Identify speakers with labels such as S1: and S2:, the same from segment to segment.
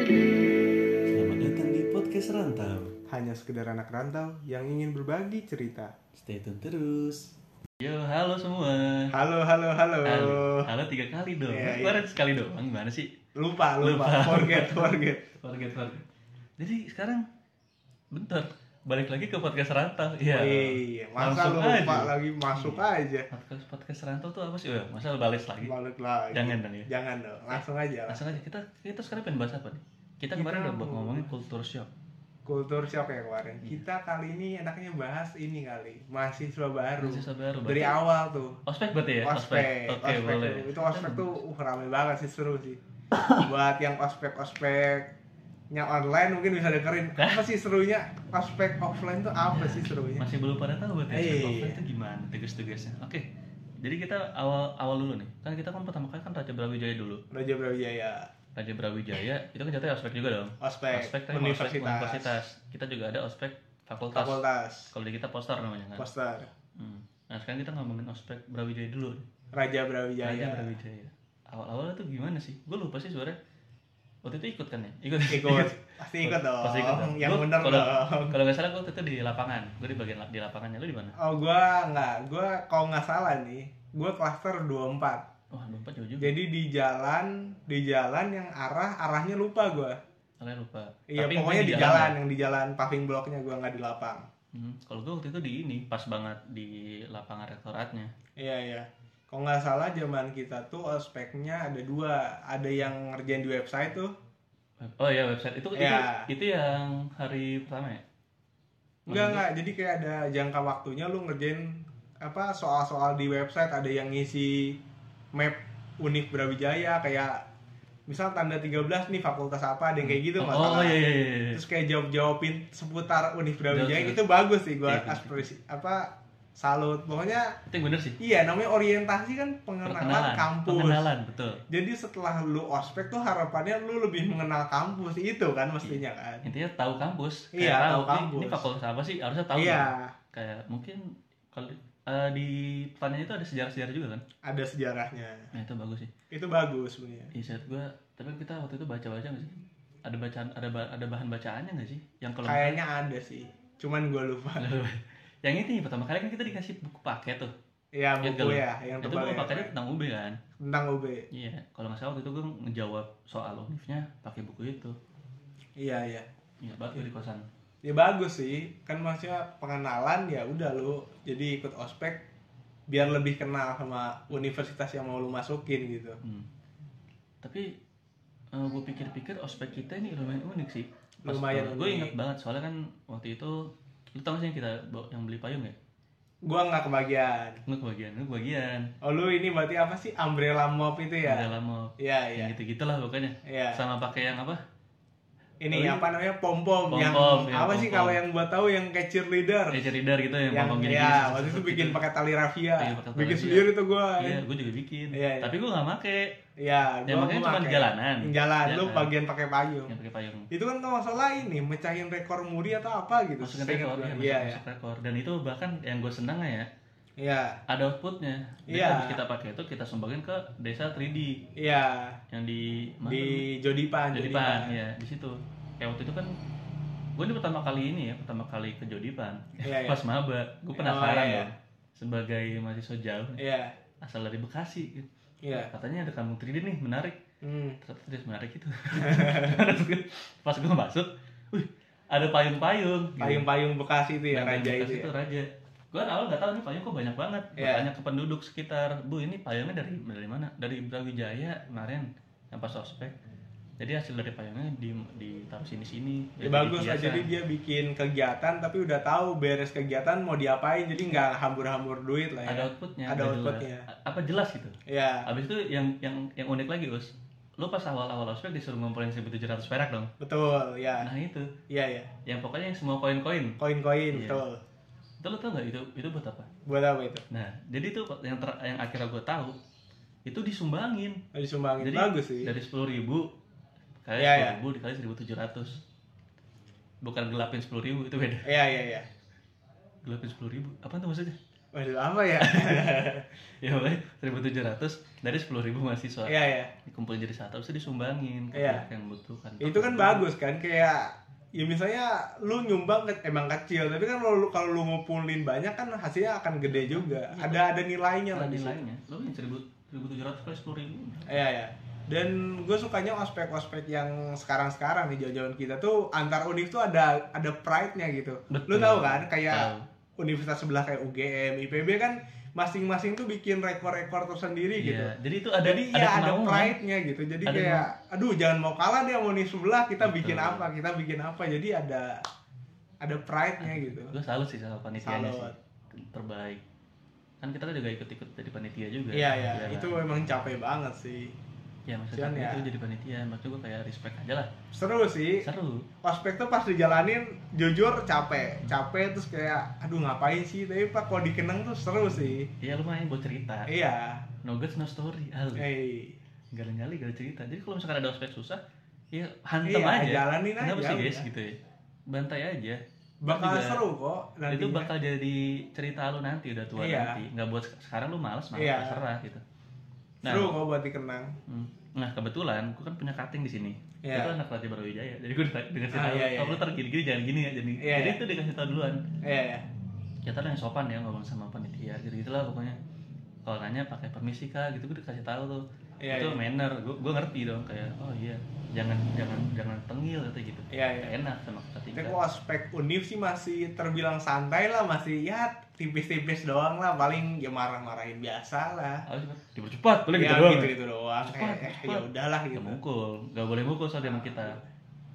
S1: Selamat datang di podcast Rantau.
S2: Hanya sekedar anak rantau yang ingin berbagi cerita.
S1: Stay tune terus. Yo, halo semua.
S2: Halo, halo, halo.
S1: Halo, halo tiga kali dong.
S2: Iya, iya.
S1: Kemarin sekali doang, gimana sih?
S2: Lupa,
S1: Lupa.
S2: lupa, forget, forget.
S1: Forget, forget. Jadi sekarang, bentar, balik lagi ke podcast Rantau. Iya.
S2: Iya, masa
S1: Langsung aja.
S2: lupa
S1: Iya.
S2: lagi masuk aja.
S1: Podcast podcast Rantau tuh apa sih? Oh, masa balik lagi?
S2: Balik lagi.
S1: Jangan dong ya.
S2: Jangan dong, langsung aja lah.
S1: Langsung aja kita kita sekarang pengen bahas apa nih? Kita kemarin
S2: Kita
S1: udah buat
S2: mau-
S1: ngomongin culture shock.
S2: Kultur shock ya kemarin.
S1: Iya.
S2: Kita kali ini enaknya bahas ini kali, mahasiswa baru.
S1: Mahasiswa baru.
S2: Dari
S1: berarti-
S2: awal tuh.
S1: Ospek berarti ya?
S2: Ospek,
S1: Oke,
S2: ospek
S1: boleh.
S2: dulu. Itu ospek tuh uh, rame banget sih seru sih. Buat yang ospek-ospek yang online mungkin bisa dengerin apa sih serunya ospek offline tuh apa sih serunya
S1: masih belum pada tahu berarti
S2: Iya.
S1: Ospek itu gimana tugas-tugasnya. Oke. Jadi kita awal awal dulu nih. Kan kita kan pertama kali kan Raja Brawijaya dulu.
S2: Raja Brawijaya
S1: Raja Brawijaya itu kan jatuhnya ospek juga dong.
S2: ospek,
S1: Ospek tapi bukan ospek
S2: universitas,
S1: universitas. Kita juga ada ospek fakultas.
S2: fakultas
S1: Kalau di kita poster namanya kan.
S2: poster
S1: Hmm. Nah sekarang kita ngomongin ospek Brawijaya dulu. Raja
S2: Raja Brawijaya
S1: Brawijaya. Awal-awalnya tuh gimana sih? Gue lupa sih sebenarnya. Waktu itu ikut kan ya? Ikut.
S2: ikut pasti ikut dong
S1: Pasti ikut dong.
S2: yang
S1: Lu
S2: bener
S1: kalau-
S2: dong
S1: Kalau nggak salah gue waktu itu di lapangan. Gue di bagian lap- di lapangannya. Lu di mana?
S2: oh gua nggak gua kalau nggak salah nih gua klaster 24
S1: Wah lupa jauh juga.
S2: jadi di jalan di jalan yang arah arahnya lupa gua
S1: Soalnya lupa.
S2: iya
S1: Tapi
S2: pokoknya
S1: mungkin ya.
S2: di jalan yang di jalan paving bloknya gua nggak di lapang
S1: Hmm, kalau gue waktu itu di ini pas banget di lapangan rektoratnya.
S2: iya iya kalau nggak salah zaman kita tuh ospeknya ada dua ada yang ngerjain di website tuh
S1: Web- Oh iya website itu itu-
S2: Iya.
S1: itu yang hari pertama ya. Maksudnya-
S2: Enggak enggak, jadi kayak ada jangka waktunya lu ngerjain apa soal-soal di website ada yang ngisi map Univ Brawijaya kayak misal tanda 13 nih fakultas apa ada yang kayak gitu nggak
S1: Oh,
S2: salah.
S1: iya iya iya. iya.
S2: Terus kayak jawab-jawabin seputar Univ Brawijaya
S1: Jawab-
S2: itu bagus sih gua
S1: Iya, iya.
S2: apresi- apa salut. Pokoknya
S1: Itu yang bener sih.
S2: iya namanya orientasi kan pengenalan,
S1: Perkenalan,
S2: kampus.
S1: pengenalan betul.
S2: Jadi setelah lu ospek tuh harapannya lu lebih mengenal kampus itu kan mestinya kan.
S1: Intinya tahu kampus.
S2: Iya,
S1: Kayak
S2: tahu
S1: nih-
S2: kampus.
S1: Ini fakultas apa sih? Harusnya tahu.
S2: Iya,
S1: kan? Kayak mungkin kalau eh, di pertanyaan itu ada sejarah-sejarah juga kan.
S2: ada sejarahnya.
S1: Nah, itu bagus sih.
S2: Itu bagus sebenarnya.
S1: Iya, set gua tapi kita waktu itu baca-baca nggak sih? Ada bacaan ada ba- ada bahan bacaannya nggak sih? Yang kalau
S2: Kayaknya ada sih. Cuman gue lupa.
S1: Lalu, yang ini pertama kali kan kita dikasih buku paket tuh
S2: Ya
S1: Ingat
S2: buku
S1: gak lu?
S2: ya, yang
S1: itu
S2: tebal
S1: buku
S2: ya.
S1: paketnya tentang UB kan
S2: Tentang UB.
S1: iya kalau nggak salah waktu itu gue ngejawab soal univnya pakai buku itu
S2: Iya iya.
S1: iya banget gua di kosan
S2: Ya bagus sih. Kan maksudnya pengenalan ya udah lu jadi ikut ospek biar lebih kenal sama universitas yang mau lu masukin gitu.
S1: Hmm. tapi gue pikir-pikir ospek kita ini lumayan unik sih
S2: Lumayan
S1: gue
S2: unik.
S1: inget banget soalnya kan waktu itu lu tau gak sih yang kita bawa- yang beli payung ya
S2: Gua nggak kebagian.
S1: lu kebagian lu kebagian
S2: Oh lu ini berarti apa sih umbrella mop itu
S1: ada
S2: ya?
S1: lama
S2: Iya iya.
S1: yang gitu gitulah pokoknya
S2: Iya.
S1: sama pakai yang apa
S2: Ini
S1: Oh,
S2: apa namanya pom-pom yang
S1: Pom-pom, ya,
S2: apa sih
S1: pom-pom.
S2: kalau yang buat tahu yang kayak cheerleader
S1: eh reader gitu yang,
S2: yang
S1: ngomong gini-gini,
S2: ya
S1: sus-
S2: waktu
S1: sus-
S2: itu
S1: sus-
S2: bikin
S1: gitu.
S2: pakai tali rafia
S1: Iya, pakai tali
S2: bikin
S1: rafia.
S2: sendiri tuh gua
S1: iya gue juga bikin
S2: Iya, iya.
S1: tapi gue nggak make
S2: Iya,
S1: Ya,
S2: gua-
S1: makanya
S2: gua
S1: cuma
S2: pakai.
S1: jalanan.
S2: Jalan, lu
S1: Jalan. Iya.
S2: bagian pakai payung.
S1: yang pakai payung
S2: Itu kan kalau nggak salah ini mecahin rekor muri atau apa gitu.
S1: masukin
S2: Seingat
S1: rekor
S2: gua.
S1: ya,
S2: Iya,
S1: masuk,
S2: iya.
S1: masuk rekor dan itu bahkan yang gue seneng ya
S2: Iya.
S1: ada outputnya jadi
S2: Iya.
S1: habis kita pakai itu kita sumbangin ke desa 3D
S2: Iya,
S1: yang di mana
S2: di
S1: tuh?
S2: Jodipan,
S1: Jodipan ya di situ kayak waktu itu kan gue ini pertama kali ini ya pertama kali ke Jodipan
S2: Iya, iya.
S1: pas maba gue penasaran
S2: Oh, iya, iya.
S1: dong sebagai mahasiswa jauh
S2: Iya.
S1: asal dari Bekasi
S2: Iya.
S1: katanya ada kampung 3D nih menarik
S2: Hmm.
S1: ternyata tidak menarik itu pas gue masuk wih ada payung-payung gitu.
S2: Payung-payung Bekasi itu ya,
S1: Yang
S2: raja
S1: payung bekas
S2: itu.
S1: itu
S2: ya.
S1: raja. Gue awal nggak tahu nih payung kok banyak banget.
S2: Iya.
S1: Bertanya ke penduduk sekitar, bu ini payungnya dari dari mana? Dari Brawijaya kemarin yang pas ospek. Jadi hasil dari payungnya di ditaruh sini sini.
S2: Ya, bagus lah jadi dia bikin kegiatan tapi udah tahu beres kegiatan mau diapain jadi nggak hambur-hambur duit lah ya.
S1: ada outputnya.
S2: Ada
S1: udah
S2: outputnya.
S1: jelas. A- Apa jelas gitu.
S2: Iya.
S1: Abis itu yang yang yang unik lagi us, lo pas awal-awal ospek disuruh ngumpulin 1.700 perak dong.
S2: Betul, ya.
S1: Nah itu,
S2: Iya, ya.
S1: yang pokoknya yang semua koin-koin.
S2: Koin-koin,
S1: Iya.
S2: betul.
S1: Itu lo tau nggak itu itu buat apa?
S2: Buat apa itu?
S1: Nah jadi itu yang ter- yang akhirnya gue tahu itu disumbangin
S2: Mau disumbangin
S1: Jadi,
S2: bagus sih.
S1: dari sepuluh ribu kali
S2: Iya,
S1: sepuluh ribu dikali seribu tujuh ratus bukan gelapin sepuluh ribu itu beda
S2: Iya, iya, iya.
S1: gelapin sepuluh ribu apa tuh maksudnya
S2: Waduh, apa ya?
S1: ya boleh 1700 dari 10.000 mahasiswa
S2: Iya, ya.
S1: dikumpulin jadi satu bisa disumbangin ke
S2: Iya.
S1: pihak yang butuhkan
S2: Itu kan bagus kan kayak ya misalnya lu nyumbang ke- emang kecil, tapi kan kalau lu kalau lu ngumpulin banyak kan hasilnya akan gede juga. Ada ada nilainya lah di situ.
S1: nilainya lo yang 1.000 1.700 kali 10.000
S2: Iya ya. Dan gue sukanya ospek-ospek yang sekarang-sekarang nih jauh-jauh kita tuh antar univ tuh ada ada pride-nya gitu. Lu
S1: Betul.
S2: tahu kan kayak
S1: Tahu.
S2: universitas sebelah kayak UGM, IPB kan masing-masing tuh bikin rekor-rekor tersendiri gitu.
S1: Iya, jadi itu ada
S2: Jadi ya ada
S1: kemauan.
S2: pride-nya gitu. Jadi
S1: Ada
S2: kayak aduh jangan mau kalah deh sama univ sebelah, kita bikin
S1: Betul.
S2: apa, kita bikin apa. Jadi ada ada pride-nya gitu.
S1: gue salut Iya, sih sama panitianya
S2: Salut.
S1: sih terbaik kan kita kan juga ikut-ikut jadi panitia juga
S2: Iya ya,
S1: Iya,
S2: itu
S1: kan?
S2: memang capek banget sih.
S1: ya maksudnya
S2: Cuman ya.
S1: itu jadi panitia maksud gue kayak respect aja lah
S2: Seru sih.
S1: seru
S2: ospek tuh pas dijalanin jujur capek capek terus kayak aduh ngapain sih tapi pak kalau dikenang tuh seru sih
S1: ya lumayan buat cerita
S2: iya
S1: no guts no story hal
S2: hey.
S1: gak nyali gak cerita jadi kalau misalkan ada ospek susah ya hantem
S2: iya
S1: aja
S2: jalanin aja
S1: kenapa sih guys
S2: udah.
S1: gitu ya bantai aja
S2: bakal
S1: Juga-
S2: seru kok nantinya
S1: itu bakal jadi cerita lu nanti udah tua
S2: Iya.
S1: nanti nggak buat sekarang lu males malah
S2: Iya.
S1: terserah gitu nah
S2: seru kok buat dikenang
S1: Hmm. Nah kebetulan gue kan punya cutting di sini.
S2: Iya.
S1: Itu anak pelatih Brawijaya. Jadi gue dikasih
S2: Ah,
S1: tahu,
S2: iya, iya,
S1: kamu ntar gini-gini jangan gini ya. Jadi,
S2: Iya,
S1: jadi
S2: iya.
S1: itu dikasih tahu duluan.
S2: iya iya
S1: Ya tadi yang sopan ya ngomong sama panitia gitu gitulah pokoknya. Kalau nanya pakai permisi kak gitu gue dikasih tahu tuh.
S2: Iya,
S1: itu
S2: iya.
S1: manner. Gue gue ngerti dong kayak oh iya jangan jangan jangan tengil kata gitu.
S2: iya iya
S1: Nggak Enak sama cutting.
S2: tapi kok ospek univ sih masih terbilang santai lah masih ya tipis-tipis doang lah paling ya marah-marahin biasa lah
S1: Harus dipercepat boleh gitu
S2: ya,
S1: doang.
S2: gitu, gitu doang
S1: Cepat,
S2: kayak eh,
S1: cepat.
S2: ya udahlah
S1: Gak
S2: gitu
S1: mukul, gak boleh mukul soalnya sama kita.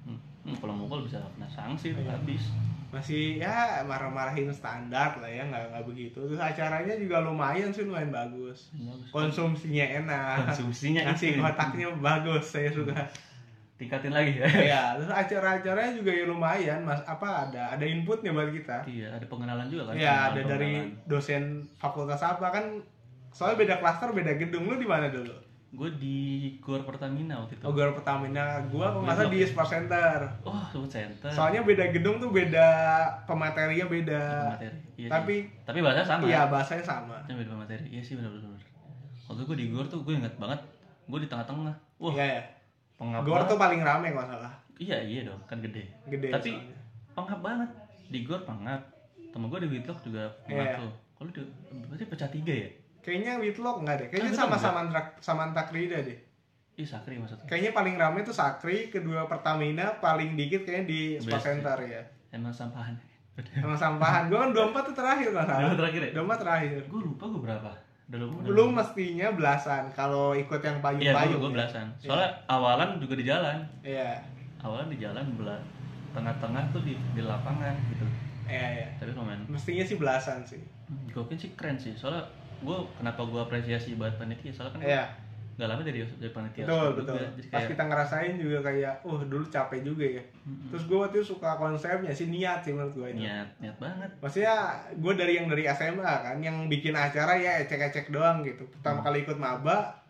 S1: Hmm. Hmm, kalau mukul bisa kena sanksi tuh
S2: Iya.
S1: habis.
S2: masih ya marah-marahin standar lah ya nggak nggak begitu terus acaranya juga lumayan sih lumayan bagus konsumsinya enak
S1: Konsumsinya
S2: nasi
S1: itu.
S2: kotaknya bagus saya suka
S1: tingkatin lagi ya
S2: ya terus acara-acaranya juga ya lumayan mas apa ada ada inputnya buat kita
S1: iya ada pengenalan juga kan
S2: ya ada
S1: Pengenalan-
S2: dari
S1: pengenalan.
S2: dosen fakultas apa kan soalnya beda klaster beda gedung lu di mana dulu
S1: gue di gor Pertamina waktu itu oh,
S2: Ogor Pertamina gua kok nggak salah di
S1: Belum.
S2: Sport Center
S1: sebut center
S2: soalnya beda gedung tuh beda pematerinya beda
S1: materi iya sih.
S2: tapi
S1: tapi bahasa sama ya?
S2: iya bahasanya sama
S1: Tapi beda materi iya sih benar benar waktu gue di gor tuh gue ingat banget gue di tengah-tengah wah
S2: Iya ya.
S1: pengap
S2: Gor
S1: banget.
S2: tuh paling rame kalau nggak salah.
S1: iya iya dong kan gede
S2: Gede.
S1: Tapi-
S2: soalnya.
S1: pengap banget di gor pengap temen gue di Whitlock juga pengap
S2: Iya.
S1: tuh kalau di berarti pecah tiga ya
S2: kayaknya Whitlock nggak deh. Kayaknya
S1: Kan
S2: sama
S1: Whitlock
S2: sama Samanta Krida deh.
S1: iya sakri maksudnya
S2: Kayaknya paling rame tuh Sakri, kedua Pertamina, paling dikit kayaknya di Sport
S1: Best.
S2: Center ya.
S1: emang sampahan
S2: Sama sampahan. Gue kan 24 tuh terakhir nggak salah.
S1: Dulu terakhir ya
S2: 24 terakhir.
S1: gue lupa gue berapa udah lupa udah
S2: Lu mestinya belasan kalau ikut yang
S1: Iya, gue
S2: payung-payung. ya.
S1: gue belasan. Soalnya awalan juga di jalan,
S2: Iya.
S1: awalan di jalan belah tengah-tengah tuh di, di lapangan gitu.
S2: Iya, iya.
S1: Tapi pemain
S2: Mestinya sih belasan sih.
S1: Gokin Hmm, sih keren sih. Soalnya gue kenapa gue apresiasi buat panitia soalnya kan
S2: Iya,
S1: gak lama dari, dari panitia
S2: betul,
S1: juga.
S2: betul.
S1: Jadi
S2: Pas
S1: kayak
S2: kita ngerasain juga kayak, uh dulu capek juga ya.
S1: mm,
S2: Terus gue waktu itu suka konsepnya sih, niat sih menurut gue itu.
S1: niat niat banget.
S2: Maksudnya gue dari yang dari SMA kan, yang bikin acara ya ecek-ecek doang gitu. Pertama
S1: Hmm.
S2: kali ikut maba,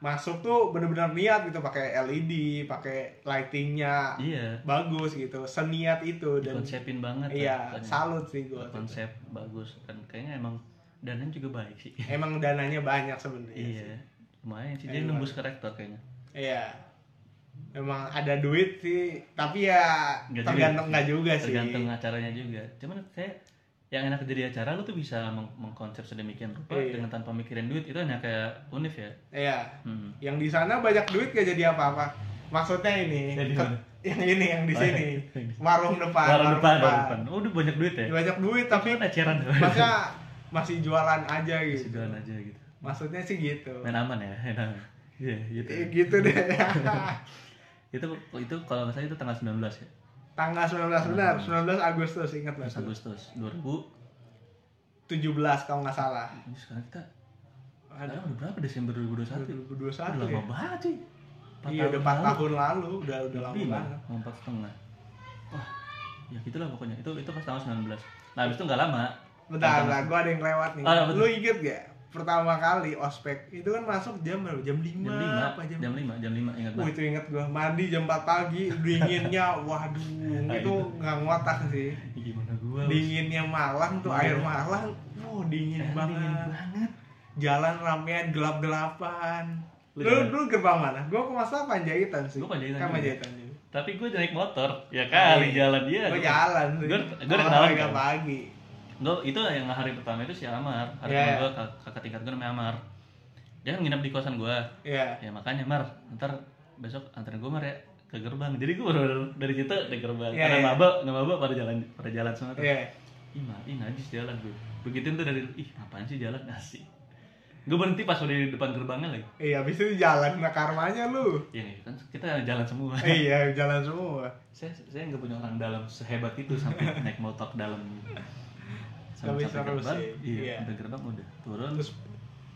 S2: masuk tuh bener-bener niat gitu, pakai LED, pakai lightingnya
S1: Iya.
S2: bagus gitu, seniat Ah, itu dan
S1: Konsepin banget. lah
S2: iya
S1: pokoknya.
S2: salut sih gue.
S1: Konsep bagus dan kayaknya emang dananya juga baik sih.
S2: Emang dananya banyak sebenarnya.
S1: Iya. Lumayan sih. Dia
S2: Iya,
S1: nembus karakter kayaknya.
S2: Iya. Emang ada duit sih, tapi ya
S1: Nggak
S2: tergantung
S1: juga.
S2: nggak juga Iya sih.
S1: tergantung acaranya juga cuman kayak yang enak jadi acara lu tuh bisa meng- mengkonsep sedemikian rupa
S2: Iya.
S1: dengan tanpa mikirin duit itu hanya kayak univ ya
S2: Iya.
S1: hmm.
S2: Yang di sana banyak duit gak jadi apa-apa. Maksudnya ini,
S1: Jadi
S2: ke-
S1: mana?
S2: yang ini yang di
S1: Oh,
S2: sini, warung depan,
S1: warung depan warung depan oh udah banyak duit ya
S2: banyak duit
S1: tapi
S2: tapi
S1: kan eceran tuh
S2: masa masih jualan aja
S1: Masih
S2: gitu
S1: jualan aja gitu
S2: maksudnya sih gitu
S1: main aman ya main aman iya gitu
S2: Eh, gitu deh
S1: itu itu kalau nggak salah itu tanggal 19 ya
S2: tanggal 19 benar 19 Agustus ingat mas
S1: 19 Agustus 2000
S2: 17 kalau nggak salah
S1: ini sekarang kita
S2: ada
S1: sekarang udah berapa Desember 2021 udah
S2: 2021
S1: lama
S2: ya
S1: banget sih Empat
S2: iya udah
S1: tahun
S2: 4
S1: lalu.
S2: tahun lalu udah udah lama
S1: lima
S2: banget
S1: mau empat setengah wah ya gitulah pokoknya itu itu pas tanggal 19 nah habis itu nggak lama
S2: bentar bentar gua ada yang lewat nih
S1: Oh, iya, betul.
S2: lu inget gak pertama kali ospek itu kan masuk jam berapa jam 5
S1: jam lima
S2: apa jam
S1: jam lima jam lima ingat
S2: Wah
S1: banget
S2: itu inget gua mandi jam 4 pagi dinginnya waduh
S1: Nah,
S2: itu
S1: itu.
S2: nggak ngotak sih
S1: gimana gua Bos?
S2: dinginnya Malang tuh air Malang oh dingin
S1: Sekarang
S2: banget
S1: Iya. dingin banget.
S2: jalan ramean gelap-gelapan
S1: Lu
S2: lu
S1: gimana?
S2: lu gerbang mana gua ke masa Panjaitan sih
S1: Gua Panjaitan
S2: kan
S1: juga.
S2: Panjaitan juga
S1: Tapi gue naik motor, ya kali
S2: Iya.
S1: jalan dia.
S2: gua jalan sih
S1: Gua- gua udah
S2: Olahraga
S1: kenalan kan?
S2: pagi
S1: Gue itu yang hari pertama itu si Amar, hari
S2: Iya.
S1: kedua kak- kakak tingkat gue namanya Amar. Dia kan nginep di kosan gue.
S2: ya
S1: Ya makanya Mar, ntar besok antar gue Mar ya ke gerbang. Jadi gue baru dari situ ke gerbang.
S2: Iya,
S1: Karena
S2: iya.
S1: maba, nggak maba pada jalan, pada jalan semua. tuh.
S2: ya
S1: Ih, Mar, ih najis jalan gue. Begitu tuh dari ih ngapain sih jalan nasi. Gue berhenti pas udah di depan gerbangnya lagi.
S2: iya abis itu jalan nah karmanya lu
S1: Ya kan kita jalan semua.
S2: iya jalan semua
S1: saya saya nggak punya orang dalam sehebat itu sampai naik motor ke dalam gitu. sampai, sampai
S2: Tapi seru
S1: gerbang
S2: sih,
S1: iya,
S2: iya.
S1: sampai gerbang udah turun
S2: terus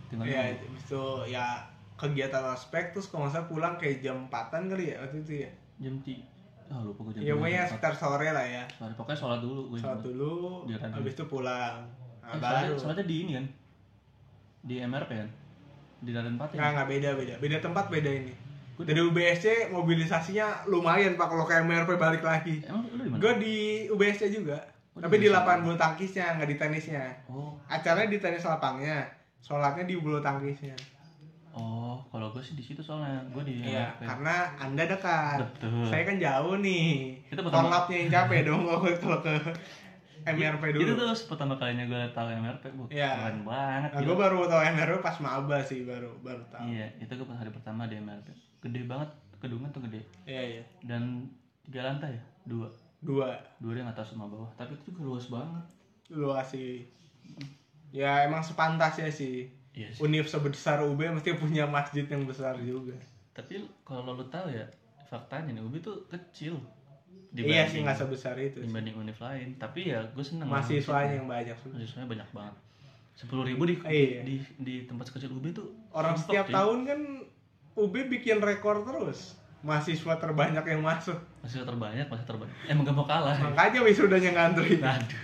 S1: tinggal
S2: ya
S1: nunggu.
S2: abis itu ya kegiatan aspek terus kalau nggak salah pulang kayak jam 4-an kali ya waktu itu ya
S1: jam tiga ah lupa gue jam
S2: ya
S1: berapa.
S2: pokoknya sekitar sore lah ya
S1: Soalnya- pokoknya sholat dulu gue
S2: sholat
S1: ingat.
S2: dulu
S1: Di radio.
S2: habis itu pulang
S1: Eh,
S2: nah,
S1: sholatnya,
S2: baru
S1: sholatnya di ini kan di MRP kan di kan? Darren Patin
S2: nggak nggak beda beda beda tempat beda ini dari UBSC mobilisasinya lumayan pak kalau ke MRP balik lagi
S1: Eh, emang lu di mana
S2: gue di UBSC juga
S1: Oh,
S2: tapi
S1: di
S2: di
S1: UBSC.
S2: lapangan bulu tangkisnya nggak di tenisnya
S1: oh
S2: acaranya di tenis lapangnya sholatnya di bulu tangkisnya
S1: oh kalau gue sih di situ soalnya gue di
S2: Iya,
S1: MRP
S2: karena anda dekat
S1: betul
S2: saya kan jauh nih
S1: Itu pertama- Iya.
S2: kolapnya yang capek dong kalau ke- kalau ke MRP dulu
S1: itu tuh pertama kalinya gue tahu MRP gue
S2: Iya.
S1: keren banget
S2: Nah,
S1: gila.
S2: gue baru tau MRP pas maba sih baru baru tahu.
S1: Iya, itu gue pas hari pertama di MRP. Gede banget, gedungnya tuh gede.
S2: Iya iya.
S1: Dan tiga lantai ya, dua.
S2: Dua
S1: Dua yang atas sama bawah, tapi itu juga luas banget.
S2: luas sih. Ya emang sepantasnya sih.
S1: Iya sih.
S2: Univ sebesar UB mesti punya masjid yang besar juga.
S1: Tapi kalau lu tahu ya, faktanya nih UB tuh kecil.
S2: iya sih nggak sebesar itu. sih.
S1: dibanding univ lain. Tapi ya gue seneng.
S2: Mahasiswanya yang banyak. sih.
S1: Mahasiswanya banyak banget. Sepuluh ribu di,
S2: Iya.
S1: di, di tempat sekecil UB tuh.
S2: Orang
S1: sumpah,
S2: setiap
S1: cuy.
S2: tahun kan UB bikin rekor terus. Mahasiswa terbanyak yang masuk.
S1: Masih terbanyak, masih terbanyak. Emang gak mau kalah.
S2: Makanya wisudanya ngantri.
S1: Aduh.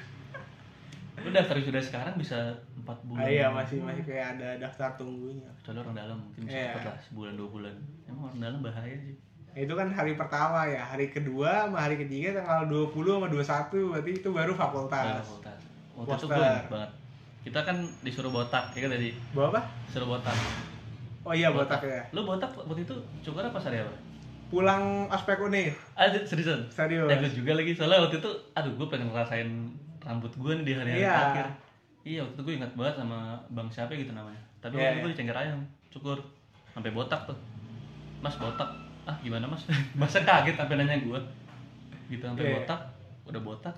S1: Lu daftar sudah sekarang bisa empat bulan.
S2: Ah, iya masih masih kayak ada daftar tunggunya.
S1: kecuali orang dalam mungkin bisa
S2: Iya.
S1: cepet lah sebulan dua bulan emang orang dalam bahaya sih
S2: Nah, itu kan hari pertama ya, hari kedua sama hari ketiga tanggal 20 sama 21 berarti itu baru
S1: Dalam
S2: fakultas.
S1: fakultas waktu itu
S2: Poster.
S1: gue ingat banget kita kan disuruh botak ya kan tadi
S2: Bawa apa?
S1: disuruh botak
S2: Oh iya botak ya.
S1: lu botak waktu itu cukur apa sehari apa
S2: Pulang aspek univ.
S1: ah seriusan
S2: Serius.
S1: ya gue juga lagi soalnya waktu itu aduh gue pengen ngerasain rambut gue nih di hari-hari
S2: Iya.
S1: terakhir iya waktu itu gue ingat banget sama bang siapa gitu namanya tapi
S2: Iya,
S1: waktu itu
S2: iya.
S1: gue di Cengkarayang cukur sampai botak tuh mas botak ah gimana mas masa kaget sampai nanya gue gitu sampai
S2: Iya.
S1: botak udah botak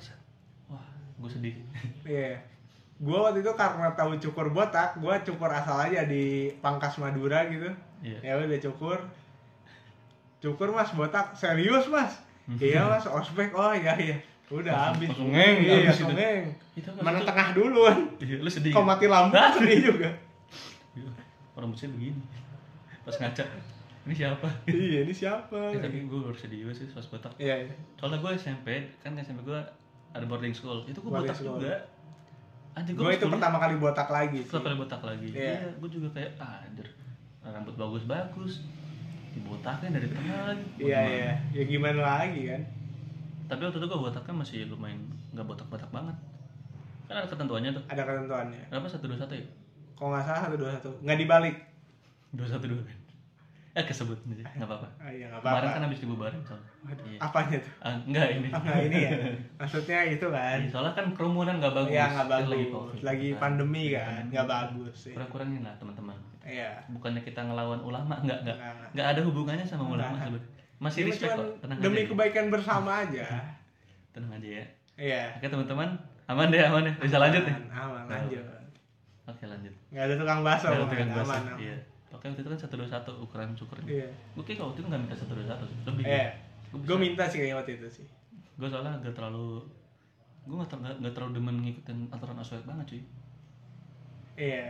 S1: wah gue sedih
S2: Iya. Gua waktu itu karena tahu cukur botak, gua cukur asal aja di Pangkas Madura gitu.
S1: iya
S2: Ya udah cukur. Cukur Mas botak, serius Mas? iya Mas, ospek. Oh iya iya. Udah habis.
S1: Hmm. langsung ngeng,
S2: Iya,
S1: habis itu.
S2: songeng.
S1: itu kan
S2: Mana
S1: itu-
S2: tengah dulu. kan.
S1: Iya, lu sedih
S2: Kok mati lampu
S1: Hah?
S2: sedih juga.
S1: Iya. rambutnya begini pas ngaca ini siapa
S2: Iya, ini siapa?
S1: Eh, tapi gue harus sedih juga sih pas botak
S2: Iya, iya.
S1: soalnya gue SMP kan SMP gue ada boarding school itu gue
S2: Boarding
S1: botak
S2: school.
S1: juga anjing
S2: Gue itu pertama kali botak lagi sih.
S1: pertama kali botak lagi
S2: Iya.
S1: iya gue juga kayak ah anjir rambut bagus bagus dibotakin dari tengah lagi Mau
S2: Iya,
S1: gimana?
S2: iya. Ya gimana lagi kan?
S1: tapi waktu itu gue botaknya masih lumayan nggak botak botak banget kan ada ketentuannya tuh
S2: Ada ketentuannya.
S1: berapa satu dua satu ya
S2: Kok nggak salah satu dua satu, nggak dibalik.
S1: dua satu dua kan eh kesebut aja nggak apa apa
S2: Ah, iya, nggak
S1: kemarin
S2: apa-apa.
S1: kan habis dibubarin soalnya
S2: Waduh,
S1: Iya.
S2: Apanya tuh?
S1: ah, enggak ini
S2: Ah, nggak ini ya. Maksudnya itu kan.
S1: Iya, soalnya kan kerumunan nggak bagus
S2: Iya, nggak
S1: Terus
S2: bagus.
S1: lagi
S2: Lagi,
S1: COVID, kan.
S2: pandemi kan, nggak bagus. Iya.
S1: kurang-kurangin lah teman-teman
S2: Iya.
S1: bukannya kita ngelawan ulama nggak nggak
S2: Nggak, nggak.
S1: nggak ada hubungannya sama
S2: Nggak.
S1: ulama sebenarnya Ya. masih
S2: Ini
S1: respect
S2: cuman
S1: kok tenang
S2: demi
S1: aja
S2: kebaikan bersama aja.
S1: tenang aja ya
S2: Iya.
S1: oke teman-teman aman deh aman deh bisa lanjut nih Nah.
S2: Aman, Aman, lanjut.
S1: oke lanjut
S2: Nggak ada tukang bakso,
S1: Nah,
S2: pokoknya.
S1: tekan bahasa.
S2: aman, aman.
S1: iya oke waktu itu kan satu dua satu ukuran cukurnya
S2: Iya.
S1: gue kayak waktu itu nggak minta satu dua satu lebih
S2: Iya.
S1: gue
S2: Gue minta sih kayaknya waktu itu sih.
S1: gue soalnya nggak terlalu gue nggak ter- nggak- nggak terlalu demen ngikutin aturan aswek banget cuy
S2: Iya.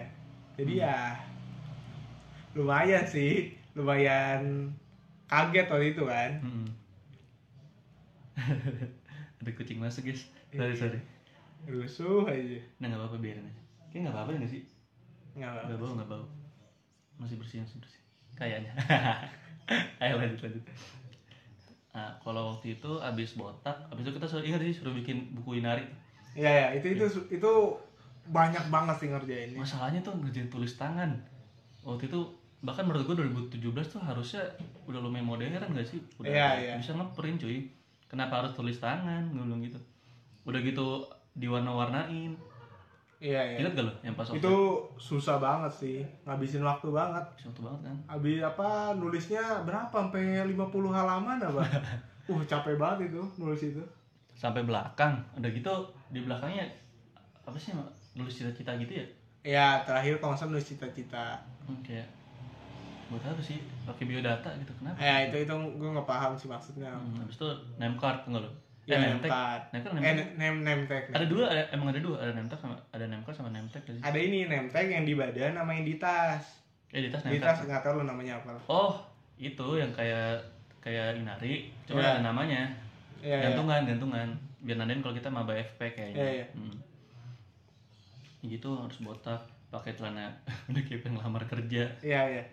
S2: Jadi
S1: Hmm.
S2: ya lumayan sih, lumayan kaget waktu itu kan.
S1: Mm-mm. ada kucing masuk guys
S2: Iya.
S1: sorry sorry
S2: Rusuh aja.
S1: nah nggak apa-apa biarin aja kayak nggak apa-apa ya nggak sih
S2: Nggak apa-apa.
S1: Nggak bau, nggak bau. Masih bersih, masih bersih. Kayaknya. Ayo lanjut, lanjut. Nah, kalau waktu itu abis botak, abis itu kita suruh ingat sih suruh bikin buku inari.
S2: Iya, ya, itu itu itu banyak banget sih ngerjainnya
S1: masalahnya tuh ngerjain tulis tangan waktu itu bahkan menurut gue 2017 tuh harusnya udah lumayan modern gak sih udah
S2: Iya, iya.
S1: bisa ngeprint cuy kenapa harus tulis tangan gue bilang gitu udah gitu diwarna-warnain
S2: iya iya
S1: ingat gak lo yang pas waktu
S2: itu susah banget sih ngabisin waktu banget
S1: waktu banget kan
S2: habis apa nulisnya berapa sampai 50 halaman apa uh capek banget itu nulis itu
S1: sampai belakang udah gitu di belakangnya apa sih Mak? nulis cita-cita gitu ya
S2: ya terakhir kalau nggak salah nulis cita-cita
S1: hmm, kayak buat apa sih pakai biodata gitu kenapa
S2: ya itu itu gue nggak paham sih maksudnya
S1: hmm, habis itu name card enggak lo
S2: ya
S1: name
S2: name
S1: tag.
S2: card
S1: Name card, name
S2: eh
S1: tag.
S2: name name tag
S1: ada dua ada, emang ada dua ada name tag sama ada name card sama name tag gak sih?
S2: ada ini name tag yang di badan sama yang di tas
S1: eh di tas name
S2: di
S1: tag
S2: tas nggak tahu lo namanya apa
S1: Oh, itu yang kayak kayak Inari, cuma ada
S2: Iya.
S1: namanya.
S2: ya, ya.
S1: gantungan, gantungan. Biar nandain kalau kita maba FP kayaknya.
S2: Iya, iya.
S1: Hmm. Gitu harus botak, pakai celana udah kayak ngelamar kerja.
S2: Iya, iya.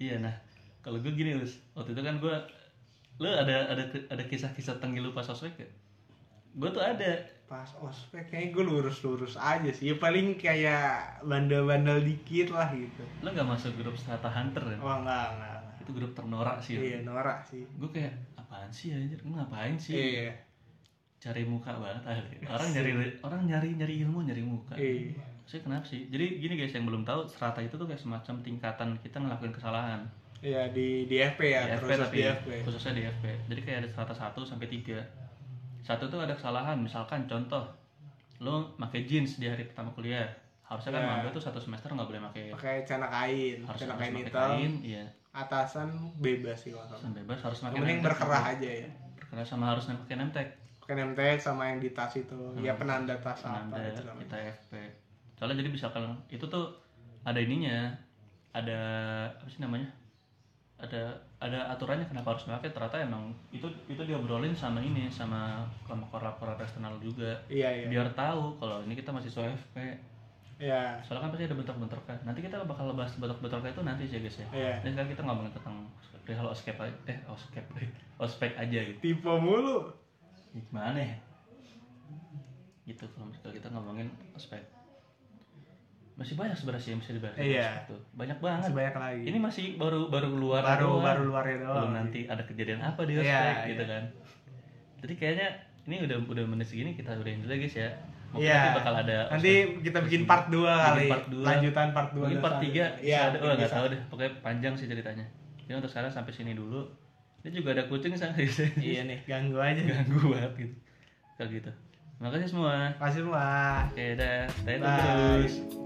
S1: Iya, nah. Kalau gue gini, Lus. Waktu itu kan gue lu ada ada ada kisah-kisah tengil lu pas ospek gak? Gue tuh ada.
S2: Pas ospek kayaknya gue lurus-lurus aja sih. Ya paling kayak bandel-bandel dikit lah gitu.
S1: Lu gak masuk grup Strata Hunter kan?
S2: Oh enggak, enggak. enggak.
S1: Itu grup ternorak sih.
S2: Iya, norak sih.
S1: Gue kayak apaan sih anjir? Lu ngapain sih?
S2: Iya.
S1: cari muka banget ahli. orang nyari orang nyari nyari ilmu nyari muka
S2: Iya.
S1: saya kenapa sih jadi gini guys yang belum tahu strata itu tuh kayak semacam tingkatan kita ngelakuin kesalahan
S2: Iya di di FP
S1: di FP
S2: ya, terus
S1: tapi
S2: di FP.
S1: khususnya di FP jadi kayak ada strata 1 sampai 3 satu tuh ada kesalahan misalkan contoh lo pakai jeans di hari pertama kuliah harusnya kan
S2: Iya.
S1: maba tuh satu semester nggak boleh pakai
S2: Pakai celana kain,
S1: ya. harus
S2: celana
S1: harus
S2: kain
S1: pakai
S2: hitam,
S1: kain iya
S2: atasan bebas sih kalau nggak salah.
S1: Alasan bebas harus pakai
S2: Yang penting
S1: name tag.
S2: berkerah aja ya.
S1: berkerah sama harus pakai name tag
S2: Pakai name tag sama yang di tas itu,
S1: Hmm.
S2: ya penanda tas apa
S1: Nanda,
S2: gitu namanya.
S1: kita FP. Soalnya jadi bisa kalau itu tuh ada ininya, ada apa sih namanya? Ada ada aturannya kenapa harus pakai ternyata emang itu itu diobrolin sama ini sama kelompok korlap-korlap eksternal juga
S2: Iya, iya.
S1: biar tahu kalau ini kita masih FP
S2: Iya.
S1: soalnya kan pasti ada bentrok-bentrokan nanti kita bakal bahas bentrok-bentrokan itu nanti sih guys ya
S2: Iya.
S1: dan sekarang kita ngomongin tentang perihal oskep aja- eh oskep ospek aja gitu
S2: Tipe mulu.
S1: ya gimana ya gitu kalau misalnya kita ngomongin aspek masih banyak sebenarnya sih yang bisa dibahas
S2: Iya.
S1: Gitu. banyak banget
S2: Sebanyak lagi.
S1: ini masih baru baru keluar
S2: baru
S1: doang.
S2: baru luarnya
S1: Belum
S2: doang.
S1: nanti ada kejadian apa di
S2: Iya,
S1: ospek gitu kan jadi kayaknya ini udah udah menit segini kita udahin dulu guys ya mungkin
S2: Iya.
S1: nanti bakal ada
S2: Nanti kita bikin part 2 kali.
S1: part dua.
S2: Lanjutan part 2.
S1: mungkin part 3
S2: Iya,
S1: bisa ada oh nggak
S2: bisa.
S1: tahu deh pokoknya panjang sih ceritanya jadi untuk sekarang sampai sini dulu ini juga ada kucing sana
S2: Iya nih, ganggu aja.
S1: ganggu banget gitu kayak gitu makasih semua
S2: Makasih semua.
S1: Oke, dah. Stay
S2: Bye.
S1: terus.